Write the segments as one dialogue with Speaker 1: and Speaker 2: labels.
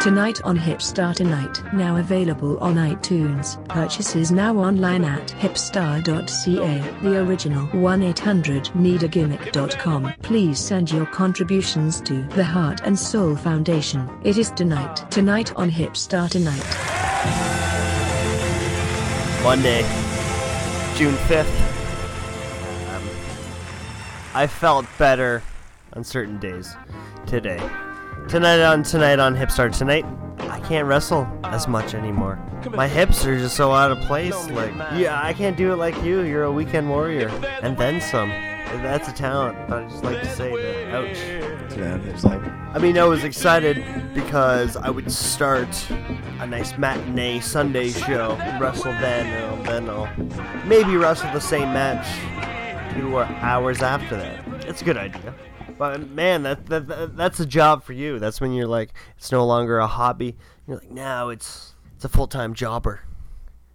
Speaker 1: Tonight on Hipstar Tonight. Now available on iTunes. Purchases now online at hipstar.ca. The original 1 800 needagimmick.com. Please send your contributions to the Heart and Soul Foundation. It is tonight. Tonight on Hipstar Tonight.
Speaker 2: Monday, June 5th. Um, I felt better on certain days today. Tonight on Tonight on Hipstar Tonight, I can't wrestle as much anymore. My hips are just so out of place. Like, yeah, I can't do it like you. You're a weekend warrior. And then some. And That's a talent, but I just like to say that. Ouch.
Speaker 3: Yeah, it's like
Speaker 2: I mean, I was excited because I would start a nice matinee Sunday show, wrestle then, and then I'll maybe wrestle the same match two or hours after that. It's a good idea. But man, that, that, that that's a job for you. That's when you're like, it's no longer a hobby. You're like, now it's it's a full time jobber,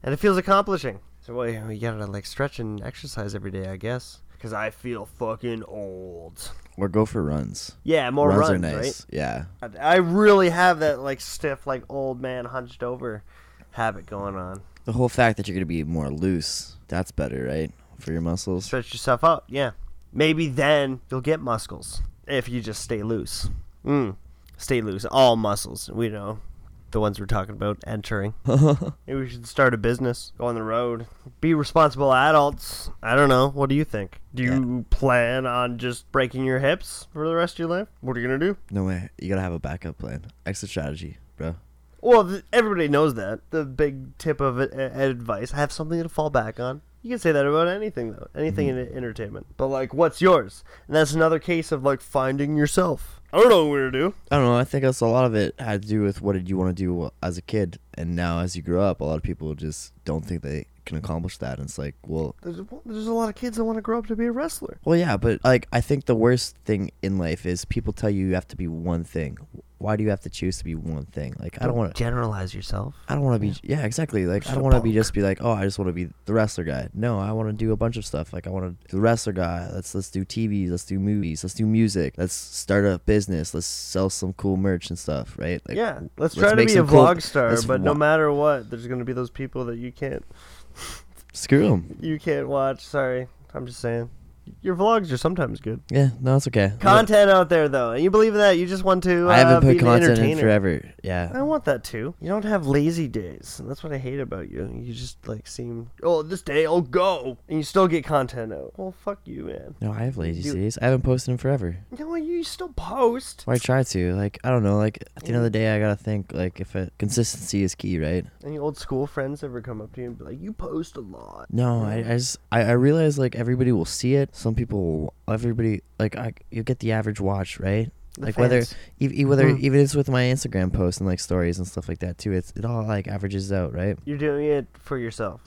Speaker 2: and it feels accomplishing. So well, you, know, you gotta like stretch and exercise every day, I guess. Cause I feel fucking old.
Speaker 3: or go for runs.
Speaker 2: Yeah, more runs,
Speaker 3: runs, are
Speaker 2: right?
Speaker 3: nice. Yeah.
Speaker 2: I I really have that like stiff, like old man hunched over habit going on.
Speaker 3: The whole fact that you're gonna be more loose, that's better, right? For your muscles.
Speaker 2: Stretch yourself out, yeah. Maybe then you'll get muscles if you just stay loose. Mm. Stay loose, all muscles. We know the ones we're talking about entering. Maybe we should start a business, go on the road, be responsible adults. I don't know. What do you think? Do you plan on just breaking your hips for the rest of your life? What are you gonna do?
Speaker 3: No way. You gotta have a backup plan. Exit strategy, bro.
Speaker 2: Well, th- everybody knows that. The big tip of a- a- advice: have something to fall back on. You can say that about anything, though. Anything in e, entertainment. But like, what's yours? And that's another case of like finding yourself. I don't know what to do.
Speaker 3: I don't know. I think that's a lot of it had to do with what did you want to do as a kid, and now as you grow up, a lot of people just don't think they can accomplish that. And it's like, well,
Speaker 2: There's there's a lot of kids that want to grow up to be a wrestler.
Speaker 3: well, yeah, but like I think the worst thing in life is people tell you you have to be one thing. Why do you have to choose to be one thing? Like I don't want to.
Speaker 2: generalize yourself.
Speaker 3: I don't want to be. Yeah, exactly. Like I don't want to be just be like, oh, I just want to be the wrestler guy. No, I want to do a bunch of stuff. Like I want to the wrestler guy. Let's let's do TV. Let's do movies. Let's do music. Let's start a business. Let's sell some cool merch and stuff. Right? Like,
Speaker 2: Yeah, let's
Speaker 3: let's
Speaker 2: try to
Speaker 3: make
Speaker 2: be a
Speaker 3: some cool-
Speaker 2: vlog star,
Speaker 3: let's
Speaker 2: but no
Speaker 3: wa-
Speaker 2: matter what, there's gonna be those people that you can't
Speaker 3: Screw them.
Speaker 2: you can't watch. Sorry, I'm just saying. Your vlogs are sometimes good.
Speaker 3: Yeah, no, it's okay.
Speaker 2: Content out there though, and you believe in that you just want to. Uh,
Speaker 3: I haven't
Speaker 2: be
Speaker 3: put
Speaker 2: an
Speaker 3: content in
Speaker 2: entertainer.
Speaker 3: forever.
Speaker 2: I
Speaker 3: Yeah.
Speaker 2: want that too. You don't have lazy days, and that's what I hate about you. You just like seem, oh, this day I'll go, and you still get content out. Well, fuck you, man.
Speaker 3: No, I have lazy
Speaker 2: You-
Speaker 3: days. I haven't posted in forever.
Speaker 2: No, you still post.
Speaker 3: Or I try to. Like, I don't know. Like, at the end of the day, I gotta think. Like, if it, consistency is key, right?
Speaker 2: Any old school friends ever come up to you and be like, you post a lot?
Speaker 3: No, I, I just I, I realize like everybody will see it. Some people, will, everybody like I you get the average watch right.
Speaker 2: The
Speaker 3: like whether
Speaker 2: fans.
Speaker 3: e- e- whether
Speaker 2: Mhm.
Speaker 3: even it's with my Instagram posts and like stories and stuff like that too. It's it all like averages out, right?
Speaker 2: You're doing it for yourself.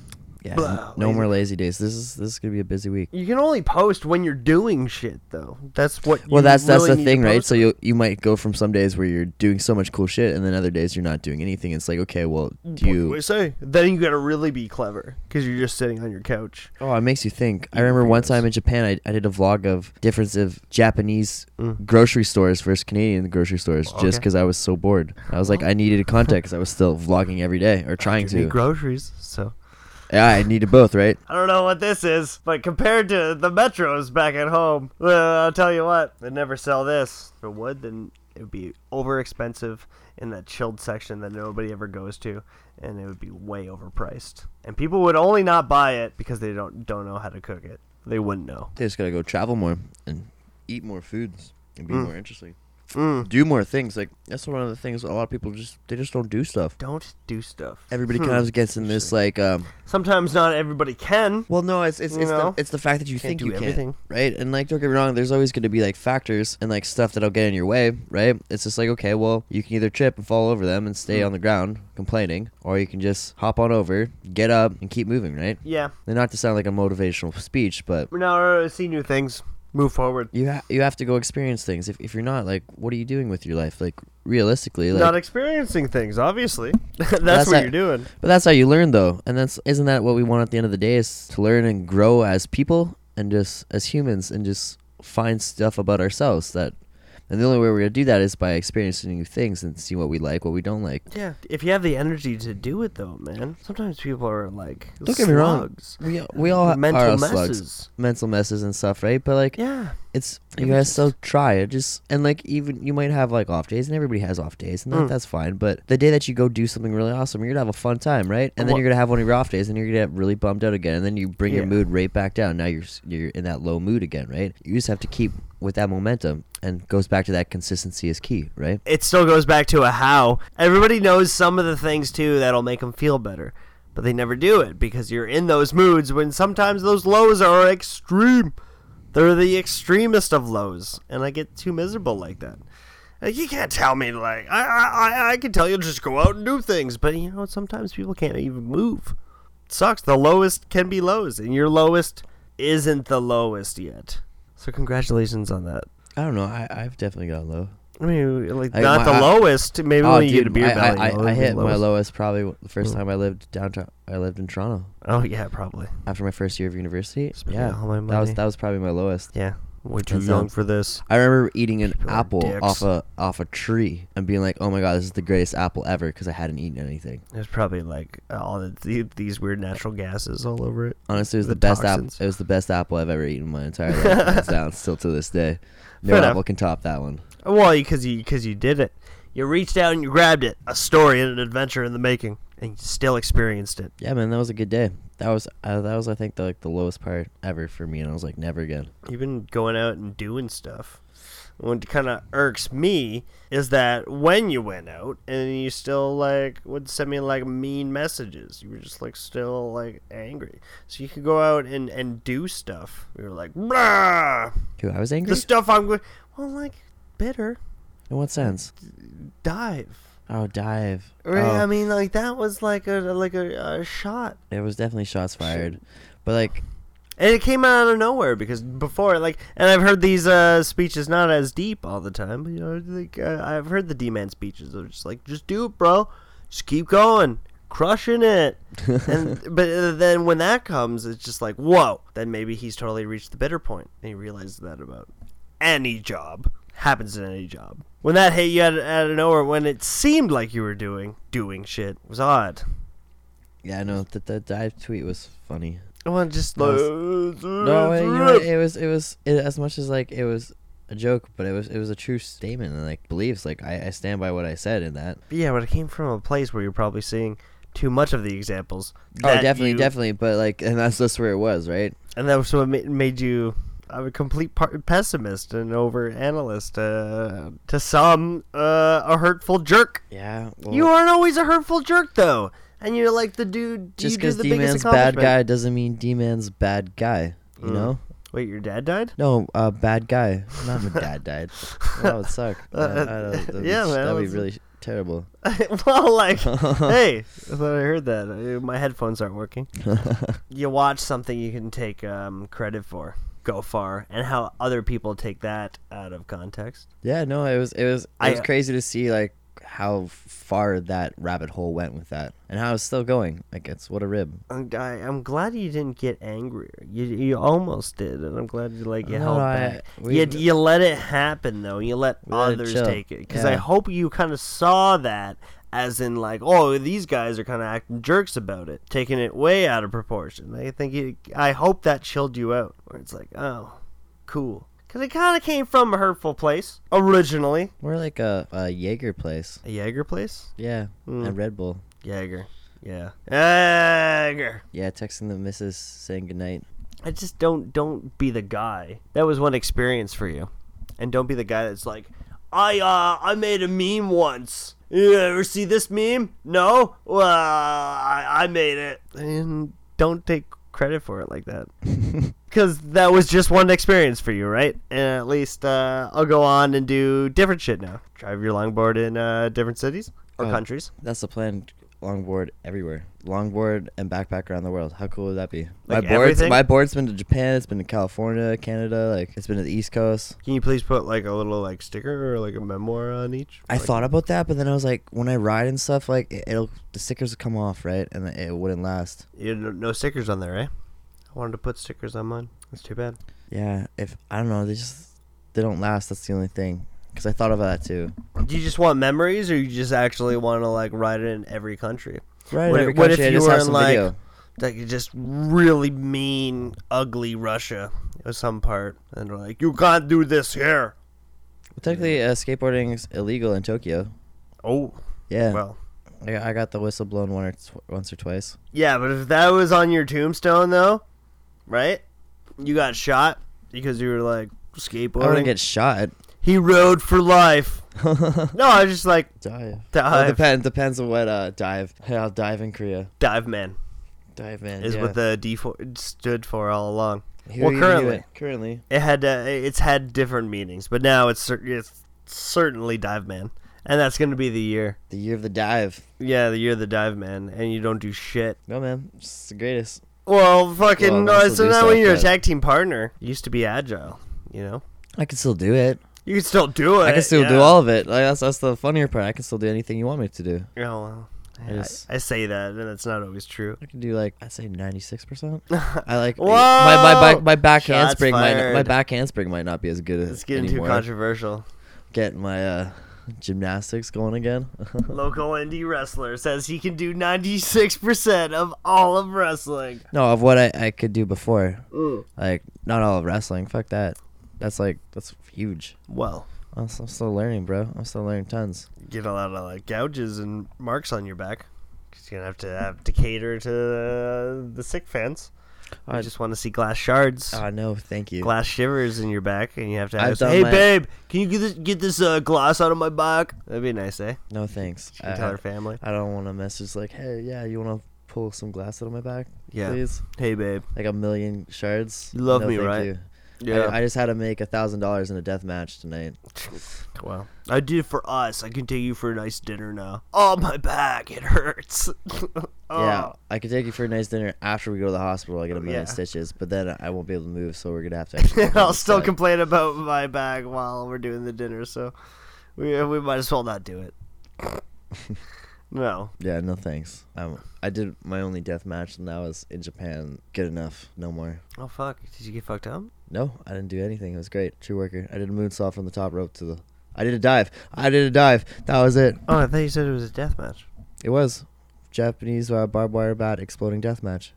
Speaker 3: Yeah.
Speaker 2: Blah,
Speaker 3: no
Speaker 2: lazy
Speaker 3: more lazy days. This is this is gonna be a busy week.
Speaker 2: You can only post when you're doing shit, though. That's what.
Speaker 3: Well,
Speaker 2: you
Speaker 3: that's that's
Speaker 2: really
Speaker 3: the
Speaker 2: need to
Speaker 3: thing, right?
Speaker 2: post
Speaker 3: So you you might go from some days where you're doing so much cool shit, and then other days you're not doing anything. It's like, okay, well, do
Speaker 2: What
Speaker 3: you
Speaker 2: do I say? Then you gotta really be clever because you're just sitting on your couch.
Speaker 3: Oh, it makes you think. I remember one time in Japan, I, I did a vlog of difference of Japanese grocery stores versus Canadian grocery stores, just
Speaker 2: Okay.
Speaker 3: because I was so bored. I was like, I needed a context. I was still vlogging every day or trying
Speaker 2: You need
Speaker 3: to.
Speaker 2: groceries, so
Speaker 3: Yeah, I needed both, right?
Speaker 2: I don't know what this is, but compared to the metros back at home, uh, I'll tell you what, they'd never sell this. If it would, then it would be over expensive in that chilled section that nobody ever goes to, and it would be way overpriced. And people would only not buy it because they don't don't know how to cook it. They wouldn't know.
Speaker 3: They just gotta go travel more and eat more foods and be more interesting. Do more things. Like that's one of the things a lot of people just they just don't do stuff.
Speaker 2: Don't do stuff.
Speaker 3: Everybody kind of gets in this like um,
Speaker 2: Sometimes not everybody can.
Speaker 3: Well, no, it's it's,
Speaker 2: You
Speaker 3: it's,
Speaker 2: know?
Speaker 3: the, it's the fact that you
Speaker 2: Can't
Speaker 3: think
Speaker 2: do
Speaker 3: you
Speaker 2: everything.
Speaker 3: can, right? And like, don't get me wrong, there's always going to be like factors and like stuff that'll get in your way, right? It's just like, okay, well, you can either trip and fall over them and stay
Speaker 2: Mm.
Speaker 3: on the ground complaining, or you can just hop on over, get up, and keep moving, right?
Speaker 2: Yeah.
Speaker 3: And not to sound like a motivational speech, but
Speaker 2: We're now uh, see new things. Move forward.
Speaker 3: you ha- you have to go experience things. If if you're not like, what are you doing with your life? Like realistically, like.
Speaker 2: not experiencing things, obviously. That's,
Speaker 3: That's
Speaker 2: what
Speaker 3: not-
Speaker 2: you're doing.
Speaker 3: but that's how you learn, though, and that's isn't that what we want at the end of the day is to learn and grow as people and just as humans and just find stuff about ourselves that And the only way we're gonna do that is by experiencing new things and seeing what we like, what we don't like.
Speaker 2: Yeah, if you have the energy to do it, though, man. Sometimes people are like,
Speaker 3: Don't get me wrong.
Speaker 2: slugs.
Speaker 3: We we all
Speaker 2: Mental
Speaker 3: are
Speaker 2: messes.
Speaker 3: slugs, mental messes and stuff, right? But like,
Speaker 2: Yeah,
Speaker 3: it's
Speaker 2: It
Speaker 3: you
Speaker 2: was
Speaker 3: guys still try it just and like even you might have like off days and everybody has off days and that,
Speaker 2: Mm.
Speaker 3: that's fine but the day that you go do something really awesome you're gonna have a fun time right and then
Speaker 2: Wha-
Speaker 3: you're gonna have one of your off days and you're gonna get really bummed out again and then you bring your
Speaker 2: Yeah.
Speaker 3: mood right back down now you're s- you're in that low mood again right you just have to keep with that momentum and goes back to that consistency is key right
Speaker 2: it still goes back to a how. Everybody knows some of the things too that'll make them feel better, but they never do it because you're in those moods when sometimes those lows are extreme. They're the extremest of lows, and I get too miserable like that. Like, you can't tell me like I I I- I can tell you to just go out and do things, but you know sometimes people can't even move. It sucks. The lowest can be lows, and your lowest isn't the lowest yet. So congratulations on that.
Speaker 3: i don't know I, i've definitely gone low
Speaker 2: I mean, like
Speaker 3: I-
Speaker 2: not
Speaker 3: my-
Speaker 2: the
Speaker 3: I-
Speaker 2: lowest. Maybe
Speaker 3: Oh,
Speaker 2: when you get a
Speaker 3: dude,
Speaker 2: beer
Speaker 3: I,
Speaker 2: belly.
Speaker 3: I,
Speaker 2: you know,
Speaker 3: I, I
Speaker 2: it'd be
Speaker 3: hit my
Speaker 2: lowest.
Speaker 3: lowest probably the first time i lived downtown i lived in toronto
Speaker 2: Oh yeah, probably.
Speaker 3: after my first year of university
Speaker 2: Spending
Speaker 3: yeah
Speaker 2: all my
Speaker 3: that was
Speaker 2: money.
Speaker 3: that was probably my lowest
Speaker 2: Yeah, way too
Speaker 3: That
Speaker 2: young
Speaker 3: sounds-
Speaker 2: for this.
Speaker 3: I remember eating an
Speaker 2: People are
Speaker 3: apple
Speaker 2: dicks.
Speaker 3: off a off a tree and being like, "Oh my god, this is the greatest apple ever" because I hadn't eaten anything.
Speaker 2: There's probably like all the, the, these weird natural gases all over it.
Speaker 3: Honestly, it was
Speaker 2: The
Speaker 3: the, best apple.
Speaker 2: toxins.
Speaker 3: It was the best apple I've ever eaten in my entire life. hands down, still to this day, no
Speaker 2: Fair enough.
Speaker 3: apple can top that one.
Speaker 2: Well, because you because you did it, you reached out and you grabbed it. A story and an adventure in the making, and you still experienced it.
Speaker 3: Yeah, man, that was a good day. That was uh, that was I think the, like the lowest part ever for me, and I was like, never again.
Speaker 2: You've been going out and doing stuff. What kind of irks me is that when you went out and you still like would send me like mean messages, you were just like still like angry. So you could go out and and do stuff. You were like, Brah,
Speaker 3: Dude, I was angry.
Speaker 2: the stuff I'm going. Well, like bitter
Speaker 3: in what sense?
Speaker 2: dive.
Speaker 3: Oh, dive.
Speaker 2: Right?
Speaker 3: Oh.
Speaker 2: I mean, like that was like a like a, a shot.
Speaker 3: There was definitely shots fired, but like
Speaker 2: And it came out of nowhere because before, like, and I've heard these uh, speeches not as deep all the time. But, you know, like uh, I've heard the D-man speeches. They're just like, just do it, bro. Just keep going, crushing it. and but uh, then when that comes, it's just like, whoa. Then maybe he's totally reached the bitter point, and he realizes that about any job happens in any job. When that hit you out of, out of nowhere, when it seemed like you were doing doing shit, was odd.
Speaker 3: yeah, no, the, the dive tweet was funny.
Speaker 2: I want to just
Speaker 3: No,
Speaker 2: like,
Speaker 3: No, it, you know, what, it was it was it, as much as like it was a joke, but it was it was a true statement and like beliefs. Like I, I stand by what I said in that.
Speaker 2: But yeah, but it came from a place where you're probably seeing too much of the examples.
Speaker 3: oh,
Speaker 2: that
Speaker 3: definitely,
Speaker 2: you-
Speaker 3: definitely. But like, and that's just where it was, right?
Speaker 2: And that's what ma- made you a complete par- pessimist and over analyst uh, to some uh, a hurtful jerk.
Speaker 3: Yeah. Well,
Speaker 2: You aren't always a hurtful jerk though, and you're like the dude.
Speaker 3: just
Speaker 2: because
Speaker 3: because D man's bad guy doesn't mean D man's bad guy. You
Speaker 2: Mm.
Speaker 3: know?
Speaker 2: Wait, your dad died?
Speaker 3: No, uh, bad guy. Not my dad died. Well, that would suck.
Speaker 2: Uh,
Speaker 3: I- I don't- that'd be-
Speaker 2: yeah, man,
Speaker 3: That'd be
Speaker 2: that's-
Speaker 3: really terrible.
Speaker 2: well, like, hey, I thought I heard that. Uh, My headphones aren't working. you watch something you can take um, credit for, go far, and how other people take that out of context.
Speaker 3: Yeah, no, it was it was it
Speaker 2: I-
Speaker 3: was crazy to see like how far that rabbit hole went with that, and how it's still going. Like it's what a rib.
Speaker 2: I'm, I, I'm glad you didn't get angrier. You you almost did, and I'm glad you like you
Speaker 3: No,
Speaker 2: held
Speaker 3: I-
Speaker 2: back.
Speaker 3: we-
Speaker 2: you, you let it happen though. You let
Speaker 3: We let it
Speaker 2: others
Speaker 3: chill.
Speaker 2: take it because I
Speaker 3: Yeah.
Speaker 2: hope you kind of saw that as in like oh these guys are kind of acting jerks about it, taking it way out of proportion. I think you, I hope that chilled you out where it's like oh cool because it kind of came from a hurtful place originally.
Speaker 3: We're like a, a Jaeger place.
Speaker 2: A Jaeger place.
Speaker 3: Yeah, and Red Bull.
Speaker 2: Jaeger. Yeah. Jaeger.
Speaker 3: Yeah, texting the missus saying goodnight.
Speaker 2: I just don't don't be the guy. That was one experience for you, and don't be the guy that's like, I uh I made a meme once. You ever see this meme? No. Well, I, I made it. And don't take credit for it like that, because that was just one experience for you, right? And at least uh, I'll go on and do different shit now. Drive your longboard in uh, different cities or
Speaker 3: Oh.
Speaker 2: countries.
Speaker 3: That's the plan. Longboard everywhere. Longboard and backpack around the world. How cool would that be?
Speaker 2: Like
Speaker 3: my board's
Speaker 2: everything?
Speaker 3: my board's been to Japan. It's been to California, Canada. Like it's been to the East Coast.
Speaker 2: Can you please put like a little like sticker or like a memoir on each?
Speaker 3: I
Speaker 2: Like-
Speaker 3: thought about that, but then I was like, when I ride and stuff, like it, it'll the stickers will come off, right, and it wouldn't last.
Speaker 2: You no, no stickers on there, eh? I wanted to put stickers on mine. That's too bad.
Speaker 3: Yeah, if I don't know, they just they don't last. That's the only thing. because I thought of that too.
Speaker 2: Do you just want memories, or you just actually want to like ride it in every country?
Speaker 3: Right.
Speaker 2: What,
Speaker 3: every
Speaker 2: what if
Speaker 3: country, I
Speaker 2: you
Speaker 3: just
Speaker 2: were
Speaker 3: have
Speaker 2: in
Speaker 3: some
Speaker 2: like,
Speaker 3: video.
Speaker 2: like just really mean, ugly Russia or some part, and they're like, "You can't do this here."
Speaker 3: Well, technically, uh, skateboarding's illegal in Tokyo.
Speaker 2: Oh,
Speaker 3: Yeah,
Speaker 2: well,
Speaker 3: I, got- I got the whistle blown one or tw- once or twice.
Speaker 2: yeah, but if that was on your tombstone though, right? You got shot because you were like
Speaker 3: I wouldn't
Speaker 2: skateboarding.
Speaker 3: get shot.
Speaker 2: he rode for life. no, I was just like
Speaker 3: Dive. Well,
Speaker 2: dive,
Speaker 3: depends. Depends on what uh, dive. Yeah, I'll dive in Korea.
Speaker 2: dive man
Speaker 3: Dive in.
Speaker 2: is
Speaker 3: yeah.
Speaker 2: what the D four stood for all along.
Speaker 3: Here
Speaker 2: well,
Speaker 3: you do
Speaker 2: currently.
Speaker 3: it. currently.
Speaker 2: it had uh, it's had different meanings, but now it's cer- it's certainly dive man, and that's going to be the year.
Speaker 3: The year of the dive.
Speaker 2: Yeah, the year of the dive man, and you don't do shit.
Speaker 3: No man, it's the greatest.
Speaker 2: Well, fucking
Speaker 3: Well,
Speaker 2: no,
Speaker 3: this will
Speaker 2: so
Speaker 3: do
Speaker 2: now when
Speaker 3: stuff
Speaker 2: you're a
Speaker 3: that-
Speaker 2: tag team partner, you used to be agile. You know,
Speaker 3: I can still do it.
Speaker 2: you can still do it.
Speaker 3: I can still do
Speaker 2: yeah. Oh,
Speaker 3: all of it. Like, that's that's the funnier part. I can still do anything you want me to do.
Speaker 2: Yeah, well, I,
Speaker 3: Yes.
Speaker 2: I say that, and it's not always true.
Speaker 3: I can do like I say ninety six percent. I like my my
Speaker 2: Whoa!
Speaker 3: back my back
Speaker 2: Shots
Speaker 3: handspring might not- my
Speaker 2: fired.
Speaker 3: back handspring might not be as good as
Speaker 2: It's getting
Speaker 3: anymore.
Speaker 2: too controversial.
Speaker 3: Getting my uh, gymnastics going again.
Speaker 2: Local indie wrestler says he can do 96% of all of wrestling.
Speaker 3: no, of what I, I could do before, like not all of wrestling. Fuck that. That's like that's huge.
Speaker 2: Well,
Speaker 3: I'm s- I'm still learning, bro. I'm still learning tons.
Speaker 2: get a lot of like gouges and marks on your back. 'Cause You're gonna have to have to cater to uh, the sick fans. I
Speaker 3: I-
Speaker 2: just want to see glass shards,
Speaker 3: Ah, no, thank you.
Speaker 2: glass shivers in your back, and you have to
Speaker 3: I've
Speaker 2: ask,
Speaker 3: done
Speaker 2: "Hey,
Speaker 3: my-
Speaker 2: babe, can you get this get this uh, glass out of my back?" That'd be nice, eh?
Speaker 3: No thanks.
Speaker 2: She
Speaker 3: I,
Speaker 2: can tell her
Speaker 3: I,
Speaker 2: family,
Speaker 3: I don't want to message like, hey, yeah, you want to pull some glass out of my back,
Speaker 2: Yeah.
Speaker 3: please?
Speaker 2: "Hey, babe,
Speaker 3: Like a million shards.
Speaker 2: You love
Speaker 3: No,
Speaker 2: me,
Speaker 3: thank
Speaker 2: right?
Speaker 3: you. I, I just had to make a thousand dollars in a death match tonight.
Speaker 2: well, I did it for us. I can take you for a nice dinner now. Oh, my back, it hurts. oh.
Speaker 3: Yeah, I could take you for a nice dinner after we go to the hospital. I get a million
Speaker 2: Yeah.
Speaker 3: stitches, but then I won't be able to move, so we're gonna have to. Actually go
Speaker 2: I'll
Speaker 3: back
Speaker 2: still
Speaker 3: inside.
Speaker 2: complain about my bag while we're doing the dinner, so we we might as well not do it. no.
Speaker 3: yeah, no thanks. Um, I did my only death match, and that was in Japan. Good enough. No more.
Speaker 2: Oh fuck! Did you get fucked up?
Speaker 3: No, I didn't do anything. It was great. True worker. I did a moonsault from the top rope to the. I did a dive. I did a dive. That was it.
Speaker 2: Oh, I thought you said it was a death match.
Speaker 3: It was Japanese uh, barbed wire bat exploding death match.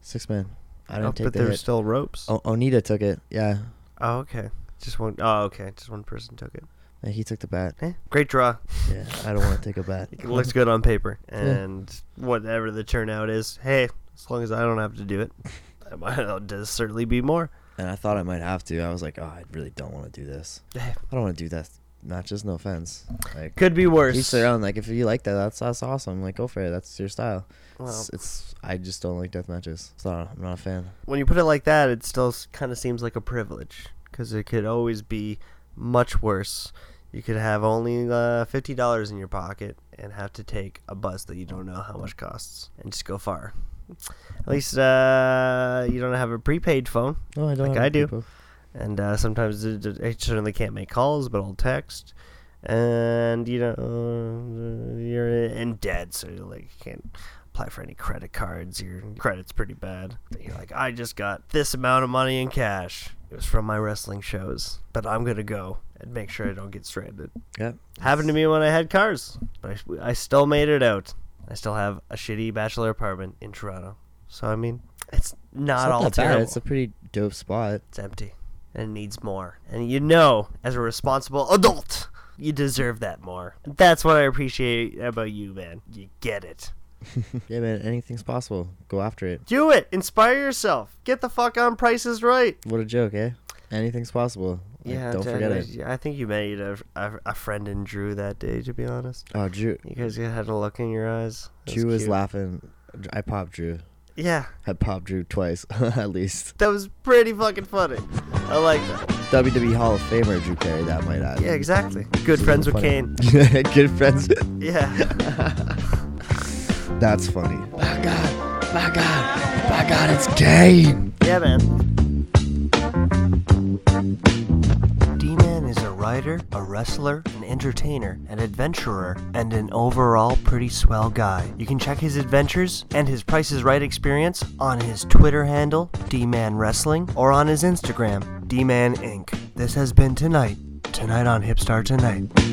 Speaker 3: Six man. I didn't
Speaker 2: Oh,
Speaker 3: take
Speaker 2: but
Speaker 3: the
Speaker 2: there were
Speaker 3: hit.
Speaker 2: still ropes.
Speaker 3: O- Onita took it. Yeah,
Speaker 2: Oh, okay. Just one oh okay. Just one person took it.
Speaker 3: Yeah, he took the bat.
Speaker 2: Eh, great draw.
Speaker 3: Yeah, I don't want to take a bat.
Speaker 2: It looks good on paper, and whatever the turnout is, hey, as long as I don't have to do it, I might there'll certainly be more.
Speaker 3: And I thought I might have to. I was like, oh, I really don't want to do this.
Speaker 2: Eh,
Speaker 3: I don't want to do that. Not just no offense. Like
Speaker 2: Could be
Speaker 3: each
Speaker 2: worse.
Speaker 3: their own. Like if you like that, that's that's awesome. Like go for it. That's your style.
Speaker 2: Well,
Speaker 3: It's, it's I just don't like death matches. It's not, I'm not a fan.
Speaker 2: when you put it like that, it still kind of seems like a privilege because it could always be much worse. You could have only uh, fifty dollars in your pocket and have to take a bus that you don't know how much costs and just go far. At least uh, you don't have a prepaid phone,
Speaker 3: No, I don't.
Speaker 2: Like
Speaker 3: have
Speaker 2: I do.
Speaker 3: people-
Speaker 2: and uh, sometimes it, it- it certainly can't make calls, but I'll text. And you know uh, you're in debt, so you like you can't apply for any credit cards. Your credit's pretty bad. But You're like, I just got this amount of money in cash. It was from my wrestling shows, but I'm gonna go and make sure I don't get stranded.
Speaker 3: Yeah.
Speaker 2: Happened to me when I had cars, but I, I still made it out. I still have a shitty bachelor apartment in Toronto, so I mean, it's not,
Speaker 3: It's
Speaker 2: all
Speaker 3: that
Speaker 2: terrible.
Speaker 3: bad. It's a pretty dope spot.
Speaker 2: It's empty and it needs more. And you know, as a responsible adult, you deserve that more. That's what I appreciate about you, man. You get it.
Speaker 3: yeah, man. Anything's possible. Go after it.
Speaker 2: Do it. Inspire yourself. Get the fuck on Price is Right.
Speaker 3: What a joke, eh? Anything's possible. Like, don't
Speaker 2: Jen,
Speaker 3: forget
Speaker 2: I,
Speaker 3: it.
Speaker 2: I think you made a, a, a friend in Drew that day, to be honest.
Speaker 3: Oh, Drew.
Speaker 2: You guys had a look in your eyes. It
Speaker 3: Drew was
Speaker 2: cute.
Speaker 3: laughing. I popped Drew.
Speaker 2: Yeah,
Speaker 3: I popped Drew twice, at least.
Speaker 2: that was pretty fucking funny. I like that.
Speaker 3: WWE E Hall of Famer Drew Carey, that might add.
Speaker 2: Yeah, exactly. Good friends with Kane.
Speaker 3: Good friends.
Speaker 2: Yeah.
Speaker 3: That's funny. My God, my God, my God, it's Kane.
Speaker 2: Yeah, man. D Man is a writer, a wrestler, an entertainer, an adventurer, and an overall pretty swell guy. You can check his adventures and his Price is Right experience on his Twitter handle, D Man Wrestling, or on his Instagram, D Man Inc. This has been Tonight tonight on Hipstar Tonight.